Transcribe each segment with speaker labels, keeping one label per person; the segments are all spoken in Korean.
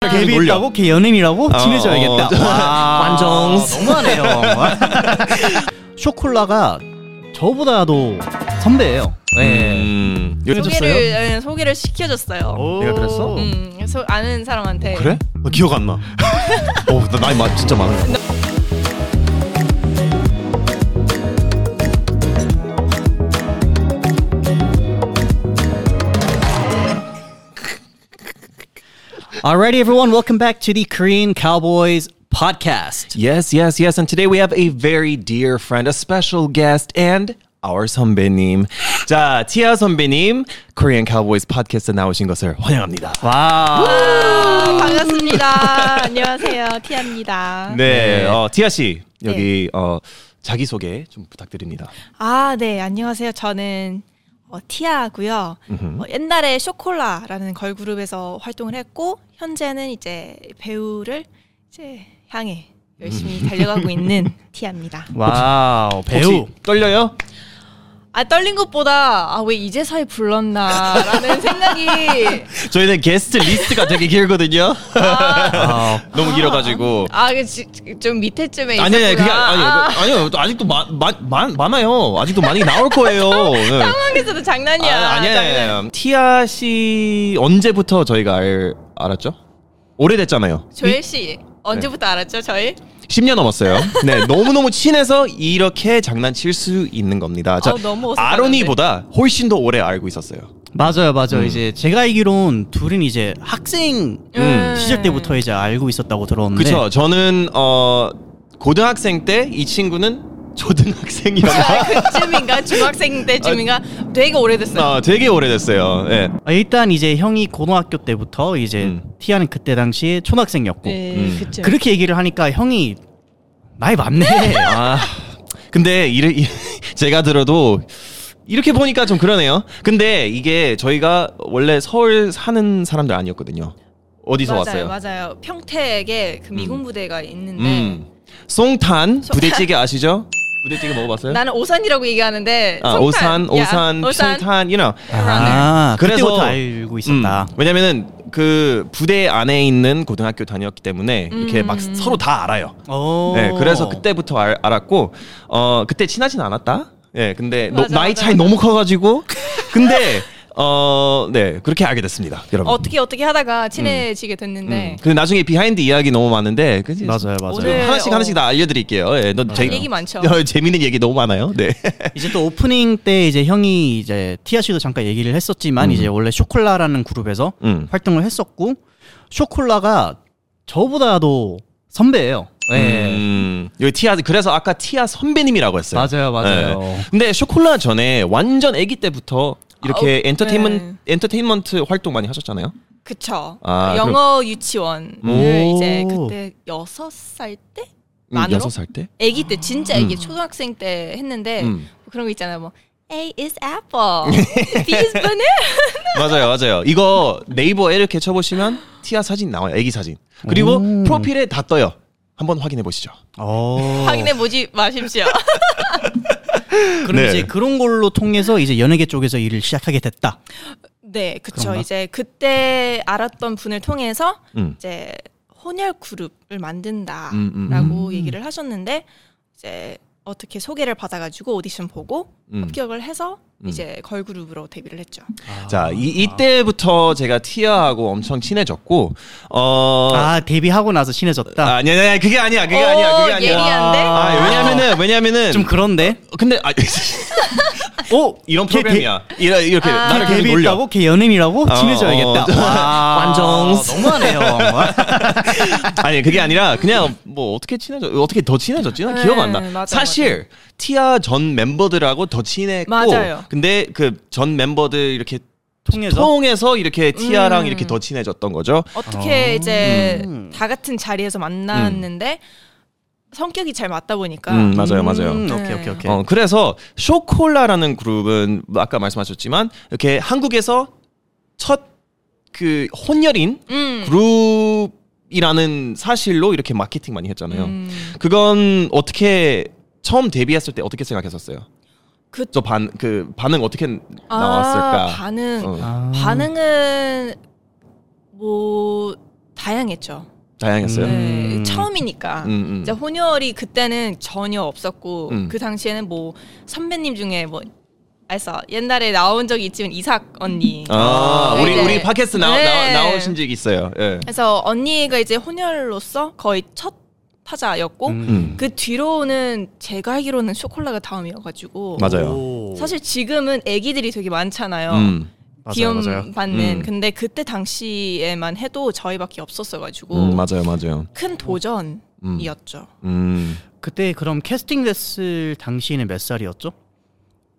Speaker 1: 갭이
Speaker 2: 올려.
Speaker 1: 있다고? 걔 연예인이라고?
Speaker 2: 어,
Speaker 1: 친해져야겠다.
Speaker 2: 어.
Speaker 1: 와,
Speaker 3: 완전.
Speaker 1: 너무하네요. 쇼콜라가 저보다도 선배예요. 네.
Speaker 2: 음.
Speaker 4: 소개를 예, 소개를 시켜줬어요.
Speaker 1: 오.
Speaker 2: 내가 그랬어?
Speaker 4: 음, 그래서 아는 사람한테
Speaker 2: 그래? 나 기억 안 나. 어, 나 나이 많 진짜 많아.
Speaker 1: Alrighty, everyone. Welcome back to the Korean Cowboys podcast.
Speaker 2: Yes, yes, yes. And today we have a very dear friend, a special guest, and our 선배님. 자, 티아 선배님, Korean Cowboys 팟캐스트 나오신 것을 환영합니다.
Speaker 1: 와.
Speaker 4: 아, 반갑습니다. 안녕하세요, 티아입니다.
Speaker 2: 네, 어, 티아 씨 여기 어, 자기 소개 좀 부탁드립니다.
Speaker 4: 아, 네, 안녕하세요. 저는 어, 티아고요. 어, 옛날에 쇼콜라라는 걸그룹에서 활동을 했고 현재는 이제 배우를 이제 향해
Speaker 2: 음.
Speaker 4: 열심히 달려가고 있는 티아입니다.
Speaker 1: 와우. 배우.
Speaker 2: 혹시 떨려요?
Speaker 4: 아 떨린 것보다 아 왜 이제서야 불렀나라는 생각이
Speaker 2: 저희는 게스트 리스트가 되게 길거든요.
Speaker 1: 아,
Speaker 2: 너무 길어가지고.
Speaker 4: 아, 그 아좀 밑에쯤에 있었구나.
Speaker 2: 아니 아니 그게 아니
Speaker 4: 아,
Speaker 2: 아니, 아니요 아직도 많많 많아요 아직도 많이 나올 거예요. 네.
Speaker 4: 상황에서도
Speaker 2: 아,
Speaker 4: 장난이야.
Speaker 2: 아니 아니
Speaker 4: 장난.
Speaker 2: 아니 티아 씨 언제부터 저희가 알, 알았죠? 오래됐잖아요.
Speaker 4: 조엘 씨 언제부터
Speaker 2: 네.
Speaker 4: 알았죠 저희?
Speaker 2: 10년 넘었어요. 네, 너무너무 친해서 이렇게 장난칠 수 있는 겁니다. 자,
Speaker 4: 아우, 너무 어색하는데. 음,
Speaker 2: 아론이보다 훨씬 더 오래 알고 있었어요.
Speaker 1: 맞아요, 맞아요. 이제 제가 알기론 둘은 이제 학생
Speaker 4: 음.
Speaker 1: 시절 때부터 이제 알고 있었다고
Speaker 4: 네.
Speaker 1: 들었는데.
Speaker 2: 그쵸. 저는, 어, 고등학생 때 이 친구는 초등학생이었나?
Speaker 4: 그쯤인가 중학생 때쯤인가 되게 오래됐어요.
Speaker 2: 아, 되게 오래됐어요. 예.
Speaker 1: 아, 일단 이제 형이 고등학교 때부터 이제
Speaker 2: 음.
Speaker 1: 티아는 그때 당시에 초등학생이었고
Speaker 4: 네,
Speaker 2: 음.
Speaker 4: 그쯤.
Speaker 1: 그렇게 얘기를 하니까 형이 나이 많네.
Speaker 2: 아, 근데 이를 이- 제가 들어도 이렇게 보니까 좀 그러네요. 근데 이게 저희가 원래 서울 사는 사람들 아니었거든요. 어디서 왔어요?
Speaker 4: 맞아요, 맞아요. 평택에 그 미군 부대가 있는데
Speaker 2: 음. 송탄 부대찌개 아시죠? 부대찌개 먹어봤어요?
Speaker 4: 나는 오산이라고 얘기하는데
Speaker 2: 아,
Speaker 4: 성탄.
Speaker 2: 오산,
Speaker 4: 야,
Speaker 2: 오산, 송탄, you know.
Speaker 1: 아,
Speaker 4: 네.
Speaker 2: 그래서-
Speaker 1: 그때부터 알고 있었다.
Speaker 2: 음, 왜냐면은 그 부대 안에 있는 고등학교 다녔기 때문에
Speaker 4: 음.
Speaker 2: 이렇게 막 서로 다 알아요.
Speaker 1: 오.
Speaker 2: 네, 그래서 그때부터 알, 알았고 어 그때 친하진 않았다. 예, 근데 노-
Speaker 4: 맞아,
Speaker 2: 나이
Speaker 4: 맞아,
Speaker 2: 차이
Speaker 4: 맞아.
Speaker 2: 너무 커가지고 근데 어, 네 그렇게 알게 됐습니다, 여러분.
Speaker 4: 어떻게 어떻게 하다가 친해지게 됐는데
Speaker 2: 근데 나중에 비하인드 이야기 너무 많은데 그치?
Speaker 1: 맞아요, 맞아요.
Speaker 4: 오늘- 네,
Speaker 2: 하나씩
Speaker 4: 어.
Speaker 2: 하나씩 다 알려드릴게요. 예, 너 재-
Speaker 4: 얘기 많죠.
Speaker 2: 어, 재밌는 얘기 너무 많아요. 네.
Speaker 1: 이제 또 오프닝 때 이제 형이 이제 티아 씨도 잠깐 얘기를 했었지만 이제 원래 쇼콜라라는 그룹에서
Speaker 2: 음.
Speaker 1: 활동을 했었고 쇼콜라가 저보다도 선배예요. 네.
Speaker 2: 음, 여기 티아 그래서 아까 티아 선배님이라고 했어요. 네.
Speaker 1: 맞아요, 맞아요.
Speaker 2: 근데 쇼콜라 전에 완전 아기 때부터 이렇게
Speaker 4: 아,
Speaker 2: 엔터테인먼트 엔터테인먼트 활동 많이 하셨잖아요. 음,
Speaker 4: 그쵸.
Speaker 2: 아,
Speaker 4: 영어 유치원을
Speaker 2: 오.
Speaker 4: 이제 그때 여섯 살 때?
Speaker 2: 음,
Speaker 4: 만으로?
Speaker 2: 여섯 살 때.
Speaker 4: 아기 때 진짜 아기 초등학생 때 했는데
Speaker 2: 음.
Speaker 4: 뭐 그런 거 있잖아요. 뭐 A is apple, B is banana.
Speaker 2: 맞아요, 맞아요. 이거 네이버에 이렇게 쳐보시면 티아 사진 나와요. 아기 사진. 그리고
Speaker 1: 음.
Speaker 2: 프로필에 다 떠요. 한번 확인해 보시죠.
Speaker 1: 어.
Speaker 4: 확인해 보지 마십시오.
Speaker 1: 그럼
Speaker 2: 네.
Speaker 1: 이제 그런 걸로 통해서 이제 연예계 쪽에서 일을 시작하게 됐다.
Speaker 4: 네, 그쵸.
Speaker 1: 그런가?
Speaker 4: 이제 그때 알았던 분을 통해서
Speaker 2: 음.
Speaker 4: 이제 혼혈 그룹을 만든다라고
Speaker 2: 음, 음,
Speaker 4: 얘기를 하셨는데 이제 어떻게 소개를 받아가지고 오디션 보고
Speaker 2: 음.
Speaker 4: 합격을 해서 이제 걸 그룹으로 데뷔를 했죠.
Speaker 2: 자, 이, 이때부터 제가 티아하고 엄청 친해졌고, 어.
Speaker 1: 아 데뷔하고 나서 친해졌다.
Speaker 2: 아니, 아니, 아니, 그게 아니야, 그게
Speaker 4: 오,
Speaker 2: 아니야, 그게 아니야.
Speaker 4: 어, 예리한데?
Speaker 2: 아, 왜냐면은, 왜냐면은.
Speaker 1: 좀 그런데. 어?
Speaker 2: 근데, 아,
Speaker 1: 오
Speaker 2: 이런 프로그램이야. 이라- 이렇게
Speaker 4: 아.
Speaker 2: 나를 계속
Speaker 1: 아,
Speaker 2: 놀려.
Speaker 1: 데뷔했다고 걔 연예인이라고
Speaker 2: 어,
Speaker 1: 친해져야겠다.
Speaker 2: 어,
Speaker 1: 와,
Speaker 3: 완전.
Speaker 1: 너무하네요.
Speaker 2: 아니 그게 아니라 그냥 뭐 어떻게 친해져 어떻게 더 친해졌지 난
Speaker 4: 네,
Speaker 2: 기억 안 나.
Speaker 4: 맞아요,
Speaker 2: 사실 티아 전 멤버들하고 더 친했고
Speaker 4: 맞아요.
Speaker 2: 근데 그 전 멤버들 이렇게
Speaker 1: 통해서
Speaker 2: 통해서 이렇게 티아랑
Speaker 4: 음.
Speaker 2: 이렇게 더 친해졌던 거죠. 아.
Speaker 4: 어떻게 이제
Speaker 1: 음.
Speaker 4: 다 같은 자리에서 만났는데 성격이 잘 맞다 보니까
Speaker 2: 음 맞아요 맞아요.
Speaker 1: 음,
Speaker 4: 네.
Speaker 1: 오케이 오케이 오케이.
Speaker 2: 어 그래서 쇼콜라라는 그룹은 아까 말씀하셨지만 이렇게 한국에서 첫 그 혼혈인
Speaker 4: 음.
Speaker 2: 그룹이라는 사실로 이렇게 마케팅 많이 했잖아요.
Speaker 4: 음.
Speaker 2: 그건 어떻게 처음 데뷔했을 때 어떻게 생각했었어요?
Speaker 4: 그-
Speaker 2: 저 반 그 반응 어떻게 나왔을까?
Speaker 4: 아, 반응
Speaker 2: 어.
Speaker 1: 아.
Speaker 4: 반응은 뭐 다양했죠.
Speaker 2: 다양했어요.
Speaker 1: 음.
Speaker 4: 네, 처음이니까.
Speaker 2: 음, 음.
Speaker 4: 진짜 혼혈이 그때는 전혀 없었고
Speaker 2: 음.
Speaker 4: 그 당시에는 뭐 선배님 중에 뭐 알았어 옛날에 나온 적이 있지만 이삭 언니.
Speaker 2: 아,
Speaker 4: 네,
Speaker 2: 우리
Speaker 4: 이제-
Speaker 2: 우리 팟캐스트 나,
Speaker 4: 네.
Speaker 2: 나 나오신 적 있어요. 예.
Speaker 4: 그래서 언니가 이제 혼혈로서 거의 첫 타자였고
Speaker 2: 음.
Speaker 4: 그 뒤로는 제가 알기로는 쇼콜라가 다음이어가지고
Speaker 2: 맞아요.
Speaker 4: 사실 지금은 애기들이 되게 많잖아요.
Speaker 2: 음.
Speaker 4: 비염 받는
Speaker 2: 음.
Speaker 4: 근데 그때 당시에만 해도 저희밖에 없었어가지고
Speaker 2: 음, 맞아요. 맞아요.
Speaker 4: 큰 도전이었죠.
Speaker 2: 음. 음.
Speaker 1: 그때 그럼 캐스팅 됐을 당시에는 몇 살이었죠?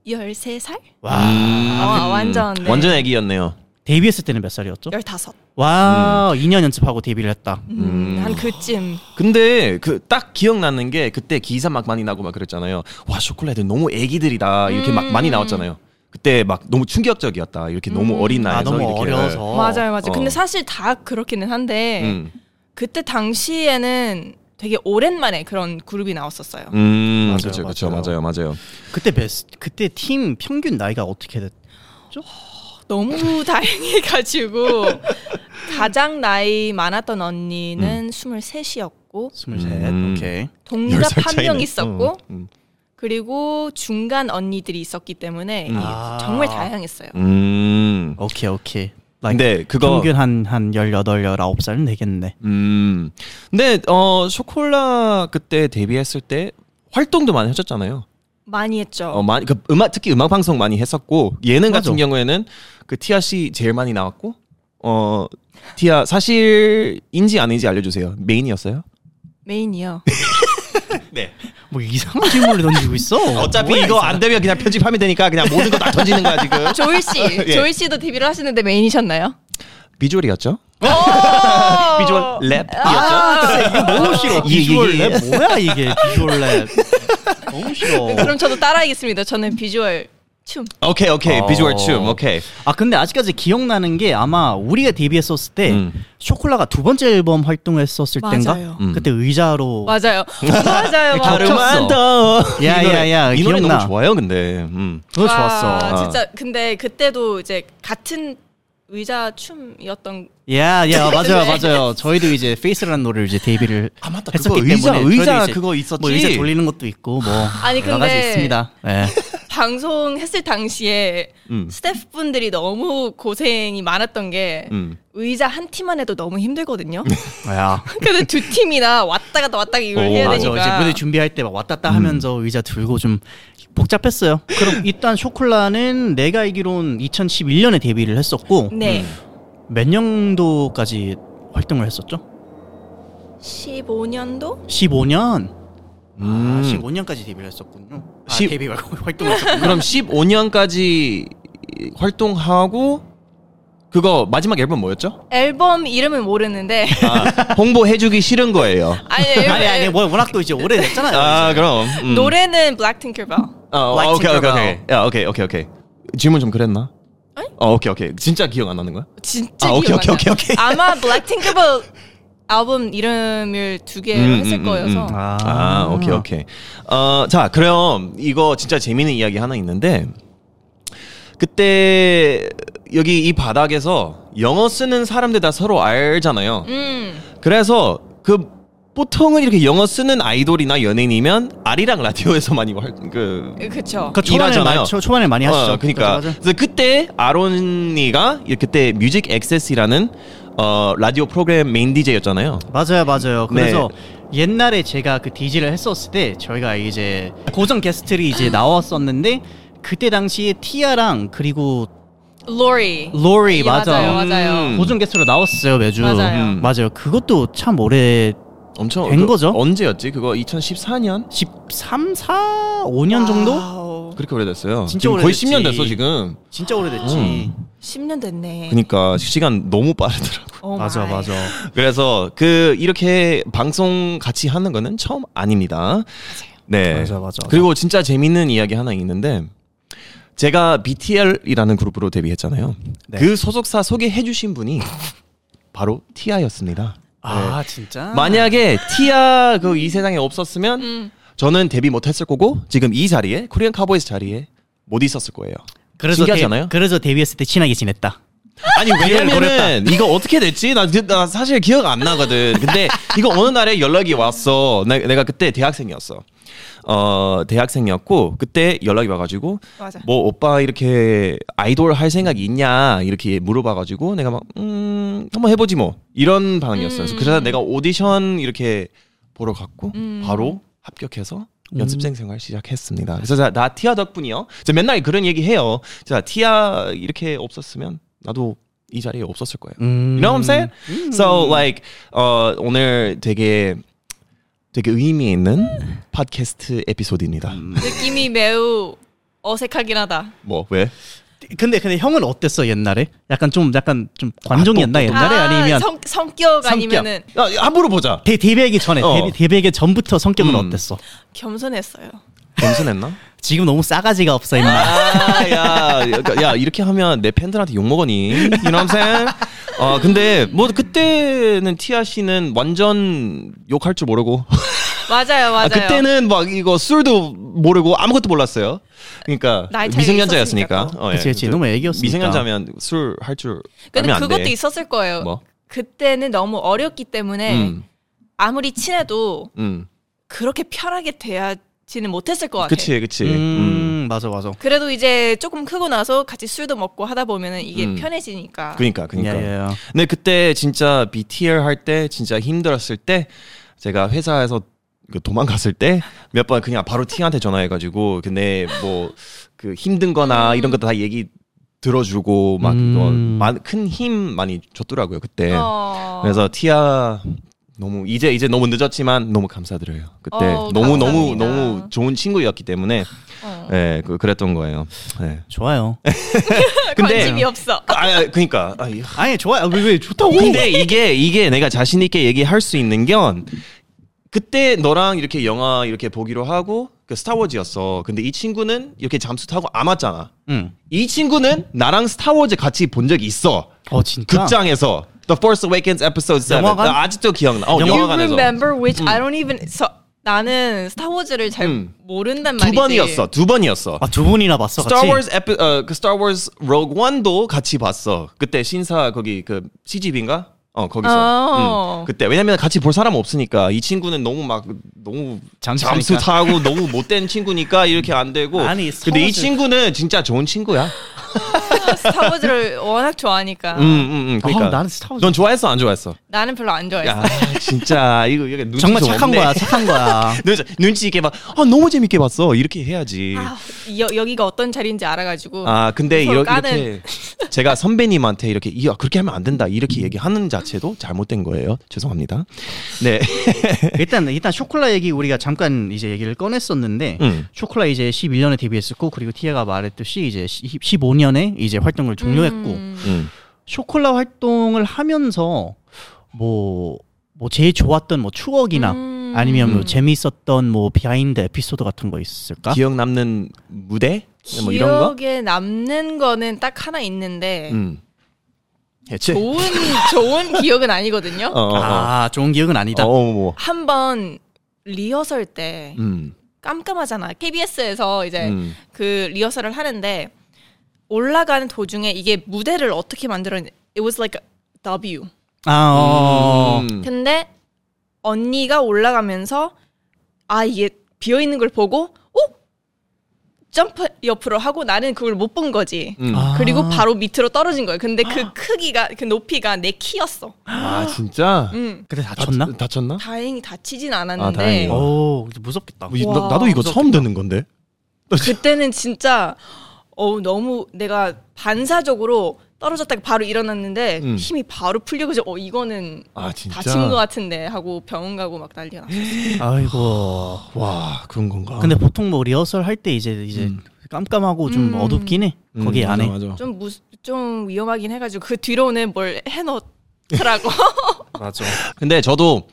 Speaker 4: 13살?
Speaker 1: 와
Speaker 2: 음.
Speaker 4: 아, 완전, 네.
Speaker 2: 완전 애기였네요.
Speaker 1: 데뷔했을 때는 몇 살이었죠?
Speaker 4: 15.
Speaker 1: 와 2년 연습하고 데뷔를 했다.
Speaker 4: 음,
Speaker 2: 음.
Speaker 4: 한 그쯤.
Speaker 2: 근데 그 딱 기억나는 게 그때 기사 막 많이 나고 막 그랬잖아요. 와 초콜릿은 너무 애기들이다 이렇게 막
Speaker 4: 음.
Speaker 2: 많이 나왔잖아요. 그때 막 너무 충격적이었다 이렇게 너무
Speaker 4: 음.
Speaker 2: 어린 나이에서
Speaker 1: 아 너무
Speaker 2: 이렇게.
Speaker 1: 어려서
Speaker 4: 맞아요, 맞아요.
Speaker 2: 어.
Speaker 4: 근데 사실 다 그렇기는 한데
Speaker 2: 음.
Speaker 4: 그때 당시에는 되게 오랜만에 그런 그룹이 나왔었어요.
Speaker 2: 음.
Speaker 1: 맞아요,
Speaker 2: 그렇죠, 그렇죠,
Speaker 1: 맞아요.
Speaker 2: 맞아요, 맞아요.
Speaker 1: 그때 몇 그때 팀 평균 나이가 어떻게 됐?
Speaker 4: 너무 다행해가지고 가장 나이 많았던 언니는 23이었고
Speaker 1: 23
Speaker 2: 음.
Speaker 1: 오케이
Speaker 4: 동갑
Speaker 2: 열살
Speaker 4: 한
Speaker 2: 차이네.
Speaker 4: 명 있었고
Speaker 2: 어, 음.
Speaker 4: 그리고 중간 언니들이 있었기 때문에
Speaker 2: 음.
Speaker 1: 아.
Speaker 4: 정말 다양했어요.
Speaker 2: 음.
Speaker 1: 오케이 오케이. like
Speaker 2: 근데 그거
Speaker 1: 평균 한한 18, 19살은 되겠네.
Speaker 2: 음. 근데 어 쇼콜라 그때 데뷔했을 때 활동도 많이 하셨잖아요.
Speaker 4: 많이 했죠.
Speaker 2: 어 많이 그 음악 특히 음악 방송 많이 했었고 예능
Speaker 1: 맞아.
Speaker 2: 같은 경우에는 그 티아 씨 제일 많이 나왔고 어 티아 사실인지 아닌지 알려주세요. 메인이었어요?
Speaker 4: 메인이요.
Speaker 2: 네.
Speaker 1: 뭐 이상한 질문을 던지고 있어.
Speaker 2: 어차피
Speaker 1: 뭐야,
Speaker 2: 이거
Speaker 1: 이 사람.
Speaker 2: 안 되면 그냥 편집하면 되니까 그냥 모든 거 다 던지는 거야 지금.
Speaker 4: 조일 씨,
Speaker 2: 예.
Speaker 4: 조일 씨도 데뷔를 하시는데 메인이셨나요?
Speaker 2: 비주얼이었죠?
Speaker 4: 오!
Speaker 2: 비주얼 랩이었죠?
Speaker 4: 아,
Speaker 1: 너무 싫어.
Speaker 2: 이-
Speaker 1: 비주얼
Speaker 2: 이게-
Speaker 1: 랩 뭐야 이게 비주얼 랩. 너무 싫어.
Speaker 4: 그럼 저도 따라하겠습니다. 저는 비주얼 춤.
Speaker 2: 오케이 오케이
Speaker 1: 어.
Speaker 2: 비주얼 춤 오케이.
Speaker 1: 아 근데 아직까지 기억나는 게 아마 우리가 데뷔했었을 때
Speaker 2: 음.
Speaker 1: 쇼콜라가 두 번째 앨범 활동했었을
Speaker 4: 맞아요.
Speaker 1: 때인가
Speaker 2: 음.
Speaker 1: 그때 의자로
Speaker 4: 맞아요. 맞아요. 맞아요.
Speaker 1: 겹쳐-
Speaker 2: 하루만 더.
Speaker 1: 야,
Speaker 2: 이 노래,
Speaker 1: 야, 야,
Speaker 2: 이 노래
Speaker 1: 기억나.
Speaker 2: 너무 좋아요 근데. 음.
Speaker 1: 그거
Speaker 4: 와,
Speaker 1: 좋았어.
Speaker 4: 아, 진짜 근데 그때도 이제 같은 의자 춤이었던
Speaker 1: 야, 야, 맞아요,
Speaker 4: 네.
Speaker 1: 맞아요. 저희도 이제 페이스라는 노래를 이제 데뷔를
Speaker 2: 아 맞다.
Speaker 1: 했었기 때문에
Speaker 2: 의자
Speaker 1: 저희도
Speaker 2: 의자
Speaker 1: 이제
Speaker 2: 그거 있었지.
Speaker 1: 뭐 의자 돌리는 것도 있고 뭐
Speaker 4: 아니,
Speaker 1: 여러 가지
Speaker 4: 근데-
Speaker 1: 있습니다. 예.
Speaker 4: 방송했을 당시에
Speaker 2: 음.
Speaker 4: 스태프분들이 너무 고생이 많았던 게
Speaker 2: 음. 네.
Speaker 4: 의자 한 팀만 해도 너무 힘들거든요.
Speaker 1: 야.
Speaker 4: 근데 두 팀이나 왔다 갔다 왔다 갔다 이걸
Speaker 2: 오,
Speaker 4: 해야
Speaker 1: 어, 맞아.
Speaker 4: 되니까.
Speaker 1: 이제 무대 준비할 때 막 왔다 갔다 하면서
Speaker 2: 음.
Speaker 1: 의자 들고 좀 복잡했어요. 그럼 일단 쇼콜라는 내가 알기론 2011년에 데뷔를 했었고
Speaker 4: 네.
Speaker 1: 몇 년도까지 활동을 했었죠?
Speaker 4: 15년도?
Speaker 1: 15년. 아,
Speaker 2: 음.
Speaker 1: 15년까지 데뷔를 했었군요. 아,
Speaker 2: 십-
Speaker 1: 데뷔 말고 활동을 했었
Speaker 2: 그럼 15년까지 활동하고 그거 마지막 앨범 뭐였죠?
Speaker 4: 앨범 이름은 모르는데.
Speaker 2: 아, 홍보해주기 싫은 거예요.
Speaker 4: 아니,
Speaker 1: 아니 아니
Speaker 4: 앨범-
Speaker 1: 뭐 워낙 또 이제 오래됐잖아요.
Speaker 2: 아
Speaker 1: 이제.
Speaker 2: 그럼 음.
Speaker 4: 노래는 블랙 팅클벨.
Speaker 2: 어,
Speaker 1: Like
Speaker 2: 어, 오케이 오케이
Speaker 1: Tinkerbell.
Speaker 2: 오케이 야 오케이 오케이 오케이 질문 좀 그랬나? 어 오케이 오케이 진짜 기억 안 나는 거야?
Speaker 4: 진짜
Speaker 2: 아, 오케이,
Speaker 4: 기억 안
Speaker 2: 오케이,
Speaker 4: 나요.
Speaker 2: 오케이, 오케이.
Speaker 4: 아마 블랙 팅클벨 앨범 이름을 두 개
Speaker 2: 음,
Speaker 4: 했을
Speaker 2: 음, 음,
Speaker 4: 거여서.
Speaker 2: 음.
Speaker 1: 아.
Speaker 2: 아, 오케이 오케이 어자 그럼 이거 진짜 재밌는 이야기 하나 있는데 그때 여기 이 바닥에서 영어 쓰는 사람들 다 서로 알잖아요.
Speaker 4: 음.
Speaker 2: 그래서 그 보통은 이렇게 영어 쓰는 아이돌이나 연예인이면 아리랑 라디오에서 많이 활, 그
Speaker 4: 그쵸.
Speaker 1: 그 초반에
Speaker 2: 일하잖아요.
Speaker 1: 많이, 초, 초반에 많이 하시죠. 그렇죠,
Speaker 2: 어, 그러니까
Speaker 1: 맞아, 맞아.
Speaker 2: 그래서 그때 아론이가 이- 그때 뮤직 액세스라는 어, 라디오 프로그램 메인 DJ였잖아요.
Speaker 1: 맞아요, 맞아요. 그래서
Speaker 2: 네.
Speaker 1: 옛날에 제가 그 DJ를 했었을 때 저희가 이제 고정 게스트들이 이제
Speaker 2: 음.
Speaker 1: 나왔었는데 그때 당시에 티아랑 그리고
Speaker 4: 로리.
Speaker 1: 로리 맞아.
Speaker 4: 맞아요. 맞아요.
Speaker 2: 음.
Speaker 1: 고정 게스트로 나왔어요 매주.
Speaker 4: 맞아요.
Speaker 2: 음.
Speaker 1: 맞아요. 그것도 참 오래
Speaker 2: 엄청
Speaker 1: 된
Speaker 2: 그-
Speaker 1: 거죠?
Speaker 2: 언제였지? 그거 2014년
Speaker 1: 13, 4, 5년 정도?
Speaker 4: 와우.
Speaker 2: 그렇게 오래됐어요.
Speaker 1: 진짜
Speaker 2: 지금 거의
Speaker 1: 오래됐지.
Speaker 2: 10년 됐어 지금.
Speaker 1: 진짜 오래됐지.
Speaker 2: 음.
Speaker 4: 10년 됐네.
Speaker 2: 그러니까 시간 너무 빠르더라고.
Speaker 4: 오
Speaker 1: 맞아,
Speaker 4: 어, 마이.
Speaker 1: 맞아.
Speaker 2: 그래서 그 이렇게 방송 같이 하는 거는 처음 아닙니다. 네.
Speaker 1: 맞아, 맞아.
Speaker 2: 그리고 진짜 재밌는 이야기 하나 있는데 제가 BTL이라는 그룹으로 데뷔했잖아요.
Speaker 1: 네.
Speaker 2: 그 소속사 소개해 주신 분이 바로 티아였습니다.
Speaker 1: 아 진짜?
Speaker 2: 만약에 티아 그 이 세상에 없었으면
Speaker 4: 음.
Speaker 2: 저는 데뷔 못 했을 거고 지금 이 자리에 코리안 카보이스 자리에 못 있었을 거예요.
Speaker 1: 그래서 데-
Speaker 2: 신기하잖아요.
Speaker 1: 그래서 데뷔했을 때 친하게 지냈다.
Speaker 2: 아니 왜냐면은 이거 어떻게 됐지? 나, 나 사실 기억 안 나거든. 근데 이거 어느 날에 연락이 왔어. 나, 내가 그때 대학생이었어. 어 대학생이었고 그때 연락이 와가지고
Speaker 4: 맞아.
Speaker 2: 뭐 오빠 이렇게 아이돌 할 생각이 있냐 이렇게 물어봐가지고 내가 막 음 한번 해보지 뭐 이런 반응이었어요. 그래서
Speaker 4: 음.
Speaker 2: 그래서 내가 오디션 이렇게 보러 갔고
Speaker 4: 음.
Speaker 2: 바로 합격해서
Speaker 1: 음.
Speaker 2: 연습생 생활 시작했습니다. 그래서 자, 나 티아 덕분이요. 저 맨날 그런 얘기 해요. 자 티아 이렇게 없었으면 나도 이 자리에 없었을 거예요.
Speaker 1: 음.
Speaker 2: You know what I'm saying?
Speaker 4: 음.
Speaker 2: So like 어, 오늘 되게 되게 의미 있는
Speaker 4: 음.
Speaker 2: 팟캐스트 에피소드입니다.
Speaker 1: 음.
Speaker 4: 느낌이 매우 어색하긴 하다.
Speaker 2: 뭐 왜?
Speaker 1: 근데 근데 형은 어땠어 옛날에? 약간 좀 약간 좀 관종이었나 옛날에
Speaker 4: 아,
Speaker 1: 아니면
Speaker 4: 성, 성격
Speaker 1: 성격.
Speaker 4: 아니면은
Speaker 2: 야, 함부로 보자.
Speaker 1: 대 데뷔하기 전에
Speaker 2: 어.
Speaker 1: 데뷔 데뷔하기 전부터 성격은
Speaker 2: 음.
Speaker 1: 어땠어?
Speaker 4: 겸손했어요.
Speaker 2: 겸손했나?
Speaker 1: 지금 너무 싸가지가 없어 임마.
Speaker 2: 아, 야, 야, 야, 이렇게 하면 내 팬들한테 욕 먹으니. You know what I'm saying? 어, 근데 뭐 그때는 티아 씨는 완전 욕할 줄 모르고
Speaker 4: 맞아요, 맞아요.
Speaker 2: 아, 그때는 막 이거 술도 모르고 아무것도 몰랐어요. 그러니까
Speaker 4: 나이 차이가
Speaker 2: 미성년자였으니까.
Speaker 4: 있었으니까 또.
Speaker 2: 어,
Speaker 1: 그치, 그치. 너무 애기였으니까.
Speaker 2: 미성년자면 술 할 줄
Speaker 4: 근데
Speaker 2: 알면 안 돼.
Speaker 4: 그것도 있었을 거예요.
Speaker 2: 뭐?
Speaker 4: 그때는 너무 어렸기 때문에
Speaker 2: 음,
Speaker 4: 아무리 친해도
Speaker 2: 음.
Speaker 4: 그렇게 편하게 대하지는 못했을 것 같아.
Speaker 2: 그치, 그치. 음.
Speaker 1: 음, 맞아 맞아.
Speaker 4: 그래도 이제 조금 크고 나서 같이 술도 먹고 하다 보면은 이게
Speaker 2: 음.
Speaker 4: 편해지니까.
Speaker 2: 그니까, 그니까.
Speaker 1: 야, 야, 야.
Speaker 2: 근데 그때 진짜 BTR 할 때 진짜 힘들었을 때 제가 회사에서 그 도망갔을 때 몇 번 그냥 바로 티한테 전화해가지고 근데 뭐 그 힘든거나 이런 거 다 얘기 들어주고
Speaker 1: 음.
Speaker 2: 막큰힘 많이 줬더라고요 그때
Speaker 4: 어.
Speaker 2: 그래서 티아 너무 이제 이제 너무 늦었지만 너무 감사드려요 그때
Speaker 4: 어,
Speaker 2: 너무 너무
Speaker 4: 감사합니다.
Speaker 2: 너무 좋은 친구였기 때문에
Speaker 4: 어.
Speaker 2: 예 그, 그랬던 거예요 예
Speaker 1: 좋아요.
Speaker 2: 근데-
Speaker 4: 관심이 없어.
Speaker 2: 아 아, 그니까 아, 이-
Speaker 1: 아니 좋아요. 왜 왜 좋다고?
Speaker 2: 근데 이게 이게 내가 자신 있게 얘기할 수 있는 건 그때 너랑 이렇게 영화 이렇게 보기로 하고 그 스타워즈였어. 근데 이 친구는 이렇게 잠수 타고 안 왔잖아.
Speaker 1: 응.
Speaker 2: 이 친구는 나랑 스타워즈 같이 본 적 있어.
Speaker 1: 어 진짜.
Speaker 2: 극장에서 The Force Awakens episode 7.
Speaker 1: 영화관?
Speaker 2: 나 아직도 기억나. 어,
Speaker 1: You
Speaker 4: You
Speaker 2: 영화관에서
Speaker 4: remember which I don't even. So, 나는 스타워즈를 잘
Speaker 2: 음.
Speaker 4: 모른단 말이지.
Speaker 2: 두 번이었어. 두 번이었어.
Speaker 1: 아두 분이나 봤어 같이.
Speaker 2: Star Wars 에피 어그 Star Wars Rogue One도 같이 봤어. 그때 신사 거기 그 CGV인가? 어 거기서
Speaker 1: 아.
Speaker 4: 어.
Speaker 2: 음, 그때 왜냐면 같이 볼 사람 없으니까 이 친구는 너무 막 너무
Speaker 1: 잠수
Speaker 2: 잠수
Speaker 1: 타니까.
Speaker 2: 타고 너무 못된 친구니까 이렇게 안 되고
Speaker 1: 아니, 아.
Speaker 2: 근데 이
Speaker 1: 스타워즈-
Speaker 2: 친구는 진짜 좋은 친구야.
Speaker 4: 스타워즈를 워낙 좋아하니까.
Speaker 2: 음 음, 음, 그러니까
Speaker 1: 아, 나는 스타워즈.
Speaker 2: 넌 좋아했어 안 좋아했어?
Speaker 4: 나는 별로 안 좋아했어.
Speaker 2: 야 진짜 이거 이게 눈치
Speaker 1: 정말
Speaker 2: 좀
Speaker 1: 착한
Speaker 2: 없네.
Speaker 1: 거야. 착한 거야.
Speaker 2: 눈치, 눈치 있게 막 아, 너무 재밌게 봤어 이렇게 해야지.
Speaker 4: 아, 여, 여기가 어떤 자리인지 알아가지고.
Speaker 2: 아 근데
Speaker 4: 서로
Speaker 2: 이러,
Speaker 4: 까는-
Speaker 2: 이렇게 제가 선배님한테 이렇게 이야 그렇게 하면 안 된다 이렇게 얘기하는 자체도 잘못된 거예요 죄송합니다 네
Speaker 1: 일단 일단 쇼콜라 얘기 우리가 잠깐 이제 얘기를 꺼냈었는데
Speaker 2: 음.
Speaker 1: 쇼콜라 이제 11년에 데뷔했었고 그리고 티아가 말했듯이 이제 15년에 이제 활동을 종료했고
Speaker 4: 음.
Speaker 2: 음.
Speaker 1: 쇼콜라 활동을 하면서 뭐, 뭐 제일 좋았던 뭐 추억이나
Speaker 4: 음.
Speaker 1: 아니면 뭐 재미있었던 뭐 비하인드 에피소드 같은 거 있을까?
Speaker 2: 기억 남는 무대 뭐 이런 거
Speaker 4: 기억에 남는 거는 딱 하나 있는데
Speaker 2: 음. 대체
Speaker 4: 좋은 좋은 기억은 아니거든요.
Speaker 2: 어어어
Speaker 1: 아 좋은 기억은 아니다.
Speaker 2: 어,
Speaker 4: 한 번 리허설 때
Speaker 2: 음.
Speaker 4: 깜깜하잖아. KBS에서 이제
Speaker 2: 음.
Speaker 4: 그 리허설을 하는데 올라가는 도중에 이게 무대를 어떻게 만들었냐. It was like a W.
Speaker 1: 아 어.
Speaker 2: 음.
Speaker 4: 근데 언니가 올라가면서 아 이게 비어 있는 걸 보고 어? 점프 옆으로 하고 나는 그걸 못 본 거지.
Speaker 2: 음.
Speaker 1: 아.
Speaker 4: 그리고 바로 밑으로 떨어진 거예요. 근데 그 크기가 그 높이가 내 키였어.
Speaker 2: 아 진짜
Speaker 4: 음.
Speaker 1: 그때 다쳤나? 어.
Speaker 2: 다쳤- 다쳤나
Speaker 4: 다행히 다치진
Speaker 2: 아,
Speaker 4: 않았는데 어,
Speaker 2: 다행이다.
Speaker 1: 오 무섭겠다.
Speaker 2: 뭐 이-
Speaker 4: 와.
Speaker 2: 나, 나도 이거 처음 듣는 건데
Speaker 4: 그때는 진짜 어 너무 내가 반사적으로 떨어졌다가 바로 일어났는데
Speaker 2: 음.
Speaker 4: 힘이 바로 풀리고 이제 어 이거는
Speaker 2: 아 진짜 예?
Speaker 4: 다친 것 같은데 하고 병원 가고 막 난리가 났어.
Speaker 1: 아이고.
Speaker 2: 와 그런 건가
Speaker 1: 근데 보통 뭐 리허설 할 때 이제 이제
Speaker 2: 어. 음.
Speaker 1: 깜깜하고 좀
Speaker 4: 음.
Speaker 1: 어둡긴 해.
Speaker 2: 음,
Speaker 1: 거기
Speaker 2: 맞아,
Speaker 1: 안에.
Speaker 2: 맞아
Speaker 4: 좀 무, 좀 위험하긴 해가지고 그 뒤로는 뭘 해놓더라고.
Speaker 1: 맞아.
Speaker 2: 근데 저도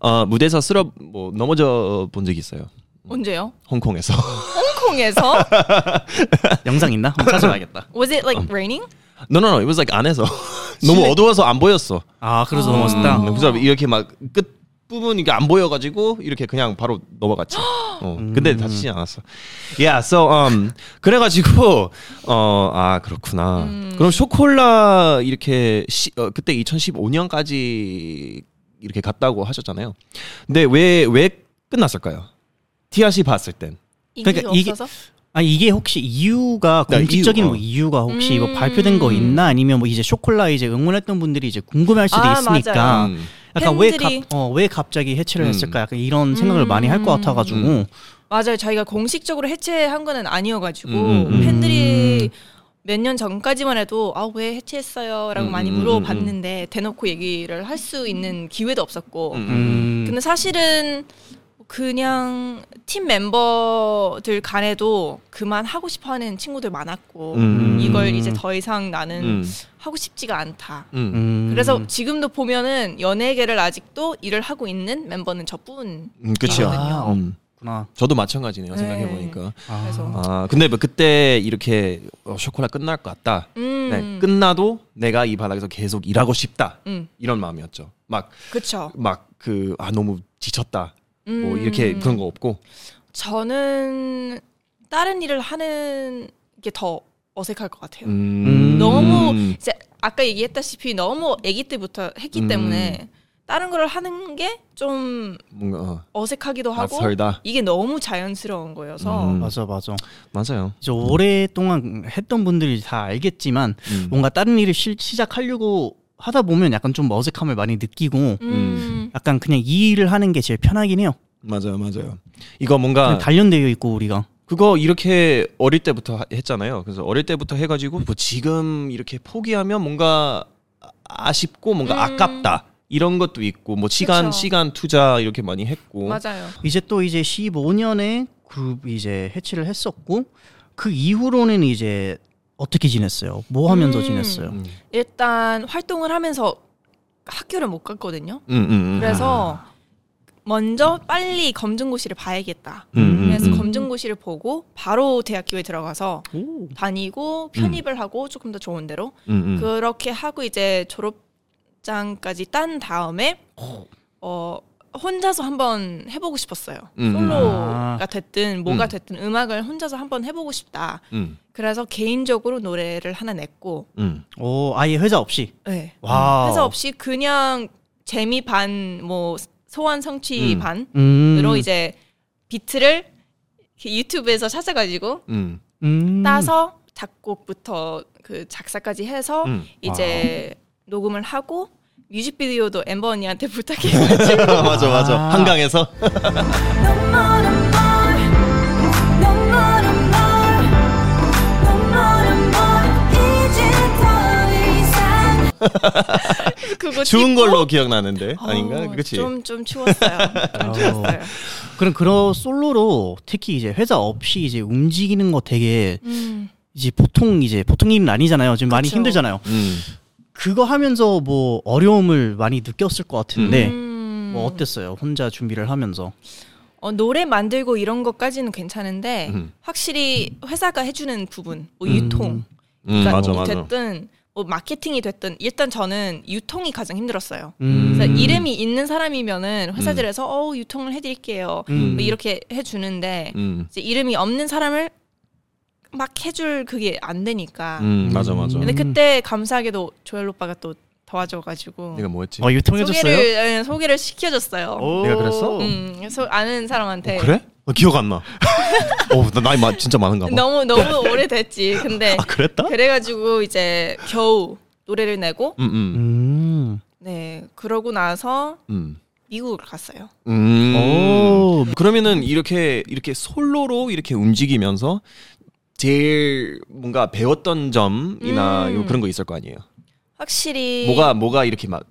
Speaker 2: 어, 무대에서 쓰러 뭐 넘어져 본 적이 있어요
Speaker 4: 언제요?
Speaker 2: 홍콩에서
Speaker 4: 홍콩에서
Speaker 1: 영상 있나? 한번 찾아봐야겠다.
Speaker 4: was it
Speaker 2: 음.
Speaker 4: like raining?
Speaker 2: No, no, no. It was like 안에서 너무 어두워서 안 보였어.
Speaker 1: 아 그래서
Speaker 4: 아.
Speaker 1: 너무 멋있다.
Speaker 2: 그래서 이렇게 음, 막 끝 부분 이게 안 보여가지고 이렇게 그냥 바로 넘어갔죠. 어, 근데 다치지 않았어. Yeah, so um 그래가지고 어아 그렇구나. 그럼 쇼콜라 이렇게 시, 어, 그때 2015년까지 이렇게 갔다고 하셨잖아요. 근데 왜 왜 끝났을까요? 티아 씨 봤을 땐.
Speaker 4: 인기가
Speaker 1: 그러니까 이게-
Speaker 4: 없어서
Speaker 1: 아 이게 혹시 이유가
Speaker 2: 네,
Speaker 1: 공식적인
Speaker 2: 이유,
Speaker 1: 뭐
Speaker 2: 어.
Speaker 1: 이유가 혹시 뭐
Speaker 4: 음.
Speaker 1: 발표된 거 있나 아니면 뭐 이제 쇼콜라 이제 응원했던 분들이 이제 궁금할 수도
Speaker 4: 아,
Speaker 1: 있으니까
Speaker 4: 맞아요.
Speaker 2: 음.
Speaker 1: 약간
Speaker 4: 팬들이-
Speaker 1: 왜갑어왜 갑자기 해체를
Speaker 2: 음.
Speaker 1: 했을까 약간 이런 생각을 많이 할 것 같아가지고
Speaker 2: 음.
Speaker 4: 맞아요. 저희가 공식적으로 해체한 거는 아니어가지고
Speaker 2: 음, 음, 음.
Speaker 4: 팬들이 몇 년 전까지만 해도 아 왜 해체했어요?라고
Speaker 2: 음,
Speaker 4: 많이
Speaker 2: 음, 음,
Speaker 4: 물어봤는데 대놓고 얘기를 할 수 있는 기회도 없었고.
Speaker 1: 음.
Speaker 4: 근데 사실은 그냥 팀 멤버들 간에도 그만 하고 싶어하는 친구들 많았고
Speaker 2: 음.
Speaker 4: 이걸 이제 더 이상 나는
Speaker 2: 음.
Speaker 4: 하고 싶지가 않다.
Speaker 2: 음.
Speaker 1: 음.
Speaker 4: 그래서 지금도 보면은 연예계를 아직도 일을 하고 있는 멤버는 저뿐.
Speaker 2: 음, 그렇죠.
Speaker 1: 아,
Speaker 2: 음.
Speaker 1: 구나
Speaker 2: 저도 마찬가지네요.
Speaker 4: 네.
Speaker 2: 생각해 보니까.
Speaker 1: 아.
Speaker 4: 그래서
Speaker 2: 아 근데 뭐 그때 이렇게 어, 쇼콜라 끝날 것 같다.
Speaker 4: 음,
Speaker 2: 네, 끝나도 내가 이 바닥에서 계속 일하고 싶다
Speaker 4: 음,
Speaker 2: 이런 마음이었죠.
Speaker 4: 그쵸.
Speaker 2: 막 막 그 아 너무 지쳤다
Speaker 4: 음,
Speaker 2: 뭐 이렇게 그런 거 없고.
Speaker 4: 저는 다른 일을 하는 게 더 어색할 것 같아요.
Speaker 2: 음.
Speaker 4: 너무
Speaker 2: 음.
Speaker 4: 이제 아까 얘기했다시피 너무 아기 때부터 했기
Speaker 2: 음.
Speaker 4: 때문에 다른 걸 하는 게 좀
Speaker 2: 뭔가 어,
Speaker 4: 어색하기도 하고
Speaker 2: 낯설다.
Speaker 4: 이게 너무 자연스러운 거여서
Speaker 2: 음.
Speaker 1: 맞아 맞아
Speaker 2: 맞아요.
Speaker 1: 이제 오랫동안 했던 분들이 다 알겠지만
Speaker 2: 음.
Speaker 1: 뭔가 다른 일을 실- 시작하려고 하다 보면 약간 좀 어색함을 많이 느끼고
Speaker 4: 음.
Speaker 1: 약간 그냥 이 일을 하는 게 제일 편하긴 해요
Speaker 2: 맞아요, 맞아요. 이거 뭔가
Speaker 1: 그냥 단련되어 있고 우리가
Speaker 2: 그거 이렇게 어릴 때부터 하- 했잖아요. 그래서 어릴 때부터 해가지고 뭐 지금 이렇게 포기하면 뭔가 아- 아쉽고 뭔가
Speaker 4: 음.
Speaker 2: 아깝다 이런 것도 있고 뭐 시간
Speaker 4: 그쵸.
Speaker 2: 시간 투자 이렇게 많이 했고
Speaker 4: 맞아요.
Speaker 1: 이제 또 이제 15년에 그룹 이제 해체를 했었고 그 이후로는 이제 어떻게 지냈어요? 뭐 하면서
Speaker 4: 음.
Speaker 1: 지냈어요?
Speaker 2: 음.
Speaker 4: 일단 활동을 하면서 학교를 못 갔거든요.
Speaker 2: 음, 음, 음.
Speaker 4: 그래서 먼저 빨리 검정고시를 봐야겠다.
Speaker 2: 음,
Speaker 4: 그래서
Speaker 2: 음, 음.
Speaker 4: 검정고시를 보고 바로 대학교에 들어가서 다니고 편입을 하고 조금 더 좋은 데로
Speaker 2: 음, 음.
Speaker 4: 그렇게 하고 이제 졸업장까지 딴 다음에 어 혼자서 한번 해보고 싶었어요.
Speaker 2: 음.
Speaker 4: 솔로가
Speaker 1: 아.
Speaker 4: 됐든 뭐가
Speaker 2: 음.
Speaker 4: 됐든 음악을 혼자서 한번 해보고 싶다.
Speaker 2: 음,
Speaker 4: 그래서 개인적으로 노래를 하나 냈고
Speaker 2: 음.
Speaker 1: 오 어, 아예 회사 없이
Speaker 4: 네.
Speaker 1: 와
Speaker 2: 아.
Speaker 4: 회사 없이 그냥 재미 반 뭐 소원 성취
Speaker 2: 음.
Speaker 4: 반으로
Speaker 1: 음.
Speaker 4: 이제 비트를 이렇게 유튜브에서 찾아가지고
Speaker 2: 음.
Speaker 1: 음.
Speaker 4: 따서 작곡부터 그 작사까지 해서
Speaker 2: 음.
Speaker 4: 이제 녹음을 하고 뮤직비디오도 엠버 언니한테 부탁해가지고
Speaker 2: 맞아 맞아
Speaker 1: 아.
Speaker 2: 한강에서
Speaker 4: 그거
Speaker 2: 추운
Speaker 4: 찍고
Speaker 2: 걸로 기억나는데 아닌가
Speaker 4: 어,
Speaker 2: 그렇지
Speaker 4: 좀, 좀 추웠어요. 좀 추웠어요.
Speaker 1: 그럼 그런 솔로로 특히 이제 회사 없이 이제 움직이는 거 되게
Speaker 4: 음.
Speaker 1: 이제 보통 이제 보통 일은 아니잖아요. 지금 많이
Speaker 4: 그쵸.
Speaker 1: 힘들잖아요.
Speaker 2: 음.
Speaker 1: 그거 하면서 뭐 어려움을 많이 느꼈을 것 같은데
Speaker 4: 음.
Speaker 1: 뭐 어땠어요? 혼자 준비를 하면서
Speaker 4: 어, 노래 만들고 이런 것까지는 괜찮은데
Speaker 2: 음.
Speaker 4: 확실히 회사가 해주는 부분, 뭐 유통,
Speaker 2: 음,
Speaker 4: 그러니까
Speaker 2: 맞아
Speaker 4: 뭐
Speaker 2: 맞아
Speaker 4: 됐든 뭐 마케팅이 됐든 일단 저는 유통이 가장 힘들었어요.
Speaker 1: 음.
Speaker 4: 그래서 이름이 있는
Speaker 2: 음.
Speaker 4: 사람이면은 회사들에서 어 유통을 해드릴게요.
Speaker 1: 음.
Speaker 4: 뭐 이렇게 해주는데
Speaker 2: 음.
Speaker 4: 이제 이름이 없는 사람을 막 해줄 그게 안 되니까.
Speaker 2: 음, 맞아 맞아
Speaker 4: 근데
Speaker 1: 음.
Speaker 4: 그때 감사하게도 조엘 오빠가 또 도와줘가지고
Speaker 2: 내가 뭐 했지
Speaker 1: 어 유통해줬어요?
Speaker 4: 소개를 예, 소개를 시켜줬어요.
Speaker 2: 내가 그랬어?
Speaker 4: 음, 그래서 아는 사람한테
Speaker 2: 그래? 어, 기억 안 나. 어, 나 나이 많- 진짜 많은가 봐.
Speaker 4: 너무 너무 오래됐지. 근데
Speaker 2: 아, 그랬다?
Speaker 4: 네. 그래가지고 이제 겨우 노래를 내고
Speaker 2: 음, 음.
Speaker 1: 음.
Speaker 4: 네 그러고 나서
Speaker 2: 음.
Speaker 4: 미국을 갔어요.
Speaker 2: 음.
Speaker 1: 오.
Speaker 2: 그러면은 이렇게 이렇게 솔로로 이렇게 움직이면서 제일 뭔가 배웠던 점이나
Speaker 4: 음.
Speaker 2: 요 그런 거 있을 거 아니에요.
Speaker 4: 확실히
Speaker 2: 뭐가 뭐가 이렇게 막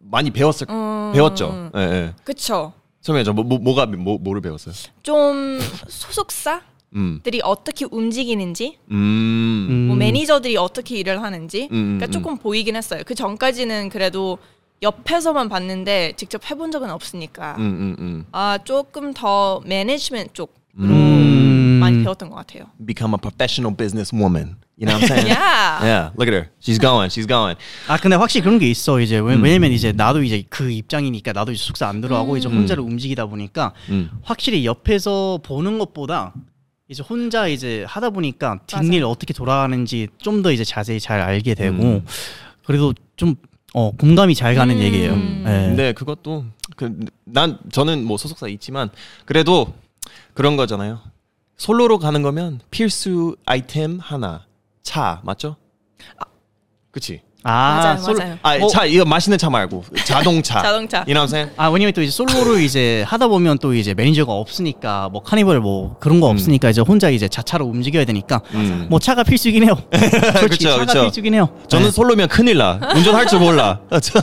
Speaker 2: 많이 배웠을
Speaker 4: 음,
Speaker 2: 배웠죠. 예, 예.
Speaker 4: 그쵸.
Speaker 2: 처음에 뭐, 뭐 뭐가 뭐 뭐를 배웠어요?
Speaker 4: 좀 소속사들이
Speaker 2: 음.
Speaker 4: 어떻게 움직이는지,
Speaker 2: 음.
Speaker 4: 뭐
Speaker 1: 음.
Speaker 4: 매니저들이 어떻게 일을 하는지,
Speaker 2: 음,
Speaker 4: 그러니까
Speaker 2: 음.
Speaker 4: 조금 보이긴 했어요. 그 전까지는 그래도 옆에서만 봤는데 직접 해본 적은 없으니까
Speaker 2: 음, 음, 음.
Speaker 4: 아 조금 더 매니지먼트 쪽
Speaker 2: 음.
Speaker 4: 많이 배웠던 것 같아요.
Speaker 2: become a professional businesswoman. You know what I'm saying?
Speaker 4: Yeah.
Speaker 2: Yeah. Look at her. She's going. She's going.
Speaker 1: 아 근데 확실히 그런 게 있어 이제 왜,
Speaker 2: 음.
Speaker 1: 왜냐면 이제 나도 이제 그 입장이니까 나도 이제 숙사 안 들어가고 이제 혼자로 움직이다 보니까
Speaker 2: 음.
Speaker 1: 확실히 옆에서 보는 것보다 이제 혼자 이제 하다 보니까 뒷일 어떻게 돌아가는지 좀 더 이제 자세히 잘 알게 되고
Speaker 2: 음.
Speaker 1: 그래도 좀 어 공감이 잘 가는
Speaker 4: 음.
Speaker 1: 얘기예요. 예.
Speaker 2: 근데 그것도 그 난 저는 뭐 소속사 있지만 그래도 그런 거잖아요. 솔로로 가는 거면 필수 아이템 하나 차 맞죠? 그치?
Speaker 1: 아
Speaker 4: 아. 맞아요,
Speaker 1: 솔로-
Speaker 4: 맞아요.
Speaker 2: 아,
Speaker 1: 어.
Speaker 2: 차 이거 맛있는 차 말고 자동차.
Speaker 4: 자동차.
Speaker 2: You know what I'm saying?
Speaker 1: 아 왜냐면 또 이제 솔로로 이제 하다 보면 또 이제 매니저가 없으니까 뭐 카니발 뭐 그런 거 없으니까 이제 혼자 이제 자차로 움직여야 되니까
Speaker 2: 음.
Speaker 1: 뭐 차가 필수긴 해요. 솔직히
Speaker 2: 그쵸,
Speaker 1: 차가
Speaker 2: 그쵸.
Speaker 1: 필수긴 해요. 네.
Speaker 2: 저는 솔로면 큰일 나. 운전할 줄 몰라. 저,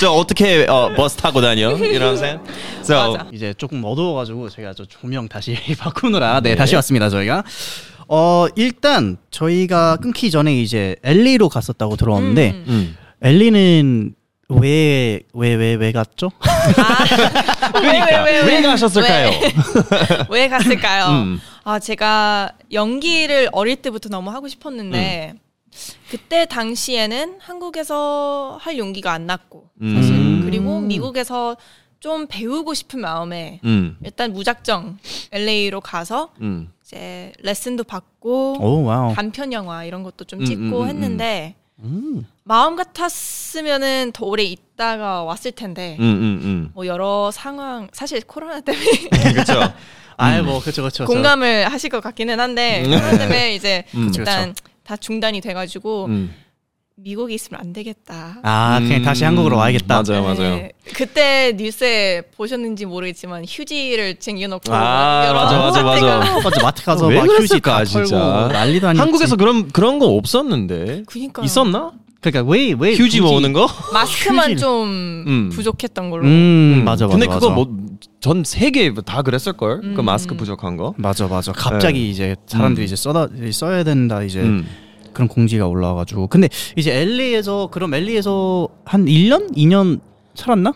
Speaker 2: 저 어떻게 어, 버스 타고 다녀? You know what I'm saying? So,
Speaker 4: 맞아.
Speaker 1: 이제 조금 어두워가지고 제가 저 조명 다시 바꾸느라 네, 다시 왔습니다 저희가 어 일단 저희가 끊기 전에 이제 엘리로 갔었다고 들어왔는데
Speaker 2: 음.
Speaker 1: 엘리는 왜 왜 왜 왜 갔죠?
Speaker 4: 그러니까 왜, 왜,
Speaker 2: 왜 가셨을까요?
Speaker 4: 왜 갔을까요?
Speaker 2: 음.
Speaker 4: 아 제가 연기를 어릴 때부터 너무 하고
Speaker 2: 음.
Speaker 4: 싶었는데 그때 당시에는 한국에서 할 용기가 안 났고 사실
Speaker 1: 음.
Speaker 4: 그리고 미국에서 좀 배우고 싶은 마음에
Speaker 2: 음.
Speaker 4: 일단 무작정 LA로 가서
Speaker 2: 음.
Speaker 4: 이제 레슨도 받고
Speaker 1: 오 와우
Speaker 4: 단편 영화 이런 것도 좀
Speaker 2: 음,
Speaker 4: 찍고
Speaker 2: 음, 음,
Speaker 4: 했는데
Speaker 1: 음.
Speaker 4: 마음 같았으면은 더 오래 있다가 왔을 텐데
Speaker 2: 음, 음, 음.
Speaker 4: 뭐 여러 상황 사실 코로나 때문에
Speaker 2: 그렇죠.
Speaker 1: 아뭐 그쵸 그쵸 저-
Speaker 4: 공감을 하실 것 같기는 한데 코로나 때문에 이제
Speaker 2: 음.
Speaker 1: 그쵸, 그쵸.
Speaker 4: 일단 다 중단이 돼가지고
Speaker 2: 음.
Speaker 4: 미국에 있으면 안 되겠다.
Speaker 1: 아 그냥
Speaker 2: 음.
Speaker 1: 다시 한국으로 와야겠다
Speaker 2: 맞아요, 맞아요.
Speaker 4: 네, 그때 뉴스에 보셨는지 모르겠지만 휴지를 쟁여놓고
Speaker 2: 아,
Speaker 4: 여러
Speaker 2: 맞아, 맞아,
Speaker 4: 상태가
Speaker 2: 맞아.
Speaker 1: 맞아 마트 가서
Speaker 2: 왜
Speaker 1: 막 휴지
Speaker 2: 그랬을까,
Speaker 1: 다
Speaker 2: 진짜?
Speaker 1: 털고 난리도 아니고
Speaker 2: 한국에서 그런 그런 거 없었는데
Speaker 4: 그니까
Speaker 2: 있었나?
Speaker 1: 그러니까 왜왜
Speaker 2: 휴지 모으는 거?
Speaker 4: 마스크만
Speaker 1: 휴지를-
Speaker 4: 좀
Speaker 2: 음.
Speaker 4: 부족했던 걸로.
Speaker 1: 음 맞아 맞아
Speaker 2: 근데
Speaker 1: 맞아.
Speaker 2: 그거 뭐 전 세계 다 그랬을 걸. 그
Speaker 4: 음.
Speaker 2: 마스크 부족한 거.
Speaker 1: 맞아 맞아 갑자기 이제 사람들이 이제 써다 써야 된다 이제
Speaker 2: 네. 음.
Speaker 1: 그런 공지가 올라와가지고 근데 이제 엘리에서 그럼 엘리에서 한 1년 2년 살았나?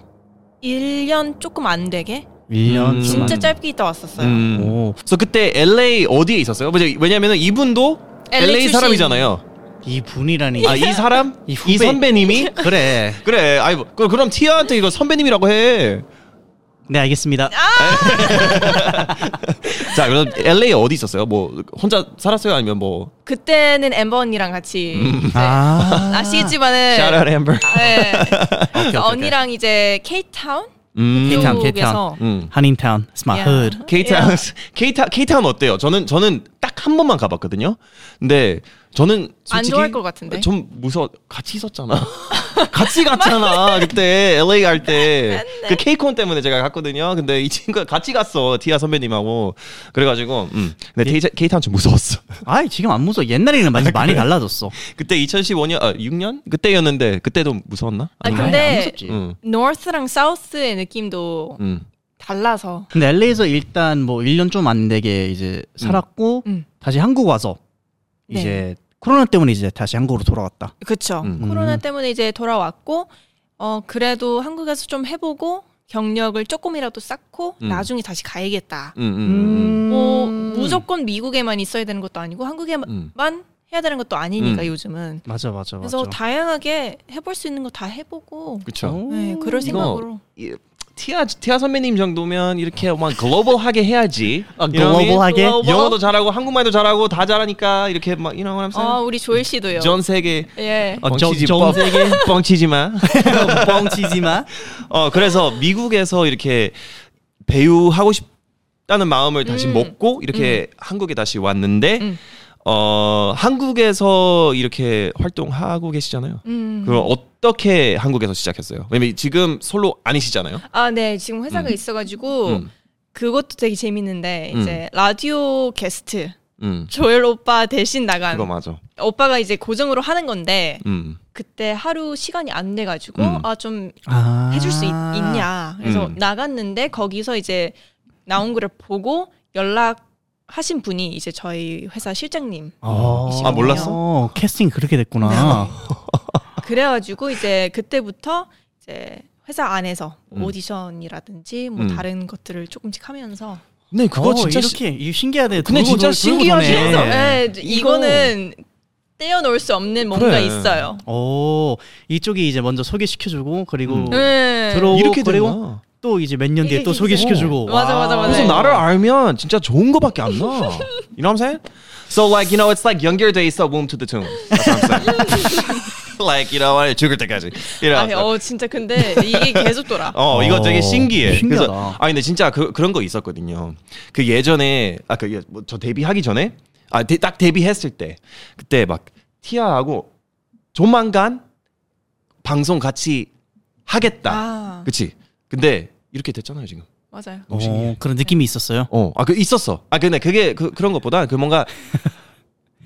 Speaker 4: 1년 조금 안 되게
Speaker 2: 음.
Speaker 1: 좀
Speaker 4: 진짜
Speaker 1: 안-
Speaker 4: 짧게 있다 왔었어요.
Speaker 2: 음.
Speaker 1: 오
Speaker 2: 그래서 그때 LA 어디에 있었어요? 뭐지? 왜냐면은 이분도
Speaker 4: LA
Speaker 2: LA,
Speaker 4: 출신.
Speaker 2: 사람이잖아요.
Speaker 1: 이 분이라니
Speaker 2: 아 이 사람?
Speaker 1: 이
Speaker 2: 이,
Speaker 1: 후배.
Speaker 2: 선배님이?
Speaker 1: 그래
Speaker 2: 그래. 아이 뭐, 그- 그럼 티아한테 이거 선배님이라고 해.
Speaker 1: 네 알겠습니다
Speaker 4: 아,
Speaker 2: 자, 그럼 LA 어디 있었어요? 뭐 혼자 살았어요? 아니면 뭐?
Speaker 4: 그때는 엠버 언니랑 같이 이제
Speaker 1: 아
Speaker 4: 아시겠지만은
Speaker 2: Shout out Amber.
Speaker 4: 아, 네.
Speaker 1: 오케이, 오케이.
Speaker 4: 언니랑 이제 케이타운
Speaker 2: 음.
Speaker 1: 케이타운,
Speaker 4: 쪽에서
Speaker 2: 음.
Speaker 1: 한인타운
Speaker 4: 야.
Speaker 1: 스마트
Speaker 2: 케이타운 케이타 케이타운 어때요? 저는 저는 딱 한 번만 가봤거든요. 근데 저는
Speaker 4: 안
Speaker 2: 솔직히
Speaker 4: 좋아할 것 같은데.
Speaker 2: 좀 무서. 같이 있었잖아. 같이 갔잖아 그때 LA 갈 때 그 케이콘 때문에 제가 갔거든요. 근데 이 친구가 같이 갔어 티아 선배님하고 그래가지고 음. 근데
Speaker 4: 예.
Speaker 2: 케이- 케이타운 좀 무서웠어.
Speaker 1: 아이 지금 안 무서워 옛날에는
Speaker 2: 아,
Speaker 1: 많이 많이 달라졌어
Speaker 4: 아,
Speaker 2: 그때 2015년 아 6년 그때였는데 그때도 무서웠나?
Speaker 4: 아
Speaker 1: 아니, 안
Speaker 4: 근데
Speaker 1: 무섭지.
Speaker 2: 음.
Speaker 4: 노스랑 사우스의 느낌도
Speaker 2: 음.
Speaker 4: 달라서
Speaker 1: 근데 LA에서 일단 뭐 1년 좀 안 되게 이제 살았고
Speaker 4: 음. 네.
Speaker 1: 다시 한국 와서 이제 코로나 때문에 이제 다시 한국으로 돌아왔다
Speaker 4: 그쵸
Speaker 2: 음.
Speaker 4: 코로나 때문에 이제 돌아왔고 어 그래도 한국에서 좀 해보고 경력을 조금이라도 쌓고
Speaker 2: 음.
Speaker 4: 나중에 다시 가야겠다
Speaker 2: 음, 음, 음.
Speaker 4: 뭐 무조건 미국에만 있어야 되는 것도 아니고 한국에만
Speaker 2: 음.
Speaker 4: 해야 되는 것도 아니니까
Speaker 2: 음.
Speaker 4: 요즘은
Speaker 1: 맞아 맞아 맞아
Speaker 4: 그래서 다양하게 해볼 수 있는 거 다 해보고
Speaker 2: 그쵸.
Speaker 4: 네,
Speaker 2: 음. 이거-
Speaker 4: 그럴 생각으로
Speaker 2: 이- 티아 티아 선배님 정도면 이렇게 막 글로벌하게 해야지.
Speaker 1: 아,
Speaker 2: You know what I mean?
Speaker 1: 글로벌하게?
Speaker 2: 영어도 잘하고 한국말도 잘하고 다 잘하니까 이렇게 막 you know what I'm
Speaker 4: 아
Speaker 2: saying?
Speaker 4: 우리 조엘 씨도요
Speaker 2: 전 세계
Speaker 4: 예
Speaker 1: 어,
Speaker 2: 뻥치지
Speaker 1: 전-
Speaker 2: 뻥-
Speaker 1: 전 세계?
Speaker 2: 뻥치지 마.
Speaker 1: 뻥치지 마
Speaker 2: 어 그래서 미국에서 이렇게 배우 하고 싶다는 마음을 다시
Speaker 4: 음.
Speaker 2: 먹고 이렇게 한국에 다시 왔는데
Speaker 4: 음.
Speaker 2: 어 한국에서 이렇게 활동하고 계시잖아요.
Speaker 4: 음.
Speaker 2: 그럼 어떻게 한국에서 시작했어요? 왜냐면 지금 솔로 아니시잖아요.
Speaker 4: 아, 네. 지금 회사가
Speaker 2: 음.
Speaker 4: 있어가지고
Speaker 2: 음.
Speaker 4: 그것도 되게 재밌는데
Speaker 2: 음.
Speaker 4: 이제 라디오 게스트
Speaker 2: 음
Speaker 4: 조엘 오빠 대신 나간
Speaker 2: 그거 맞아.
Speaker 4: 오빠가 이제 고정으로 하는 건데
Speaker 2: 음.
Speaker 4: 그때 하루 시간이 안 돼가지고
Speaker 2: 음.
Speaker 4: 아 좀
Speaker 1: 아.
Speaker 4: 해줄 수 있, 냐 그래서
Speaker 2: 음.
Speaker 4: 나갔는데 거기서 이제 나온 글을 보고 연락 하신 분이 이제 저희 회사 실장님
Speaker 1: 어.
Speaker 4: 아, 몰랐어?
Speaker 1: 어, 캐스팅 그렇게
Speaker 4: 네.
Speaker 1: 됐구나. 어,
Speaker 2: 아.
Speaker 4: 그래가지고 이제 그때부터 이제 회사 안에서 뭐
Speaker 2: 음.
Speaker 4: 오디션이라든지 뭐
Speaker 2: 음.
Speaker 4: 다른 것들을 조금씩 하면서
Speaker 2: 네 그거
Speaker 1: 어,
Speaker 2: 진짜 시-
Speaker 1: 이렇게 이거 신기하네.
Speaker 2: 근데
Speaker 1: 돌고
Speaker 2: 진짜
Speaker 1: 돌- 돌고
Speaker 2: 신기하지?
Speaker 1: 도네.
Speaker 2: 그래서,
Speaker 4: 네,
Speaker 2: 이거-
Speaker 4: 이거는 떼어놓을 수 없는 뭔가
Speaker 2: 그래.
Speaker 4: 있어요.
Speaker 1: 오 이쪽이 이제 먼저 소개시켜주고 그리고
Speaker 4: 네.
Speaker 1: 들어-
Speaker 2: 음. 이렇게
Speaker 1: 그리고
Speaker 2: 되나?
Speaker 1: 또 이제 몇 년 뒤에
Speaker 4: 이게
Speaker 1: 또
Speaker 4: 진짜-
Speaker 1: 소개시켜주고.
Speaker 4: 맞아, 맞아, 맞아.
Speaker 2: 그래서
Speaker 4: 네.
Speaker 2: 나를 알면 진짜 좋은 거밖에 안 나. You know what I'm saying? So like you know it's like younger days of womb to the tomb. That's what I'm saying. like you know 죽을 때까지. You know.
Speaker 4: 아니, 어 진짜 근데 이게 계속 돌아.
Speaker 2: 어, 이거 되게
Speaker 1: 어,
Speaker 2: 신기해.
Speaker 1: 신기하다.
Speaker 2: 그래서 아 근데 진짜 그, 그런 거 있었거든요. 그 예전에 아그 뭐 저 데뷔하기 전에 아 딱 데뷔했을 때 그때 막 티아하고 조만간 방송 같이 하겠다.
Speaker 4: 아.
Speaker 2: 그치 근데 이렇게 됐잖아요, 지금.
Speaker 4: 맞아요.
Speaker 1: 오, 어, 그런 느낌이 있었어요.
Speaker 2: 어, 아, 그 있었어. 아, 근데 그게 그, 그런 것보다 그 뭔가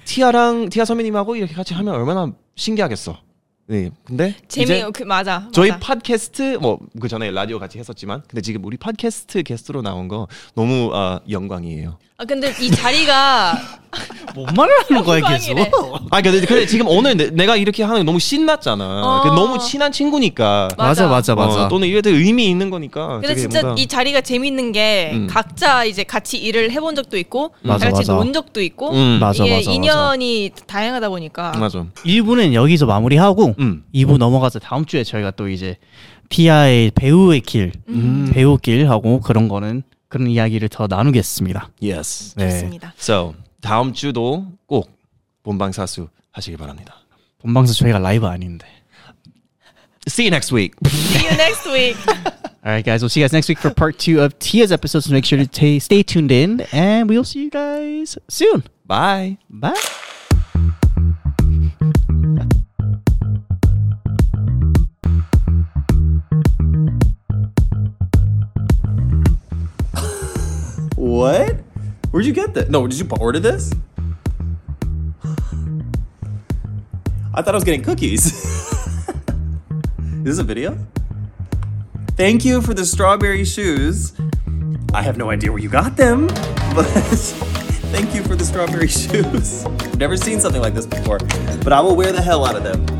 Speaker 2: 티아랑 티아 선배님하고 이렇게 같이 하면 얼마나 신기하겠어. 네, 근데
Speaker 4: 재미
Speaker 2: 이제
Speaker 4: 그 맞아.
Speaker 2: 저희
Speaker 4: 맞아.
Speaker 2: 팟캐스트 뭐 그 전에 라디오 같이 했었지만 근데 지금 우리 팟캐스트 게스트로 나온 거 너무 아, 영광이에요.
Speaker 4: 아 근데 이 자리가
Speaker 1: 뭔 말을 하는 거야 계속.
Speaker 4: 영광이래.
Speaker 2: 아, 근데 근데 지금 오늘 내, 내가 이렇게 하는 게 너무 신났잖아.
Speaker 4: 어.
Speaker 2: 그 너무 친한 친구니까.
Speaker 4: 맞아.
Speaker 1: 맞아
Speaker 2: 어, 또는 이게 되게 의미 있는 거니까.
Speaker 4: 근데
Speaker 2: 되게
Speaker 4: 진짜
Speaker 2: 뭔가-
Speaker 4: 이 자리가 재밌는 게
Speaker 2: 음.
Speaker 4: 각자 이제 같이 일을 해본 적도 있고
Speaker 1: 맞아,
Speaker 4: 다 같이
Speaker 1: 맞아.
Speaker 4: 논 적도 있고
Speaker 2: 음.
Speaker 1: 맞아,
Speaker 4: 이게
Speaker 1: 맞아, 네.
Speaker 4: 인연이 다양하다 보니까
Speaker 2: 맞아.
Speaker 1: 1부는 여기서 마무리하고
Speaker 2: 음.
Speaker 1: 2부 넘어가서 다음 주에 저희가 또 이제 티아의 배우의 길,
Speaker 2: 음.
Speaker 1: 배우길 하고 그런 거는 그런 이야기를 더 나누겠습니다.
Speaker 2: Yes.
Speaker 1: 네.
Speaker 4: 좋습니다.
Speaker 2: So 다음 주도 꼭 본방사수 하시길 바랍니다.
Speaker 1: 본방송 저희가 라이브 아닌데.
Speaker 2: See you next week.
Speaker 4: See you next week.
Speaker 1: Alright guys, we'll see you guys next week for part two of Tia's episode. So make sure to ta- stay tuned in and we'll see you guys soon.
Speaker 2: Bye.
Speaker 1: Bye.
Speaker 5: What? Where'd you get that? No, did you order this? I thought I was getting cookies. Is this a video? Thank you for the strawberry shoes. I have no idea where you got them, but thank you for the strawberry shoes. I've never seen something like this before, but I will wear the hell out of them.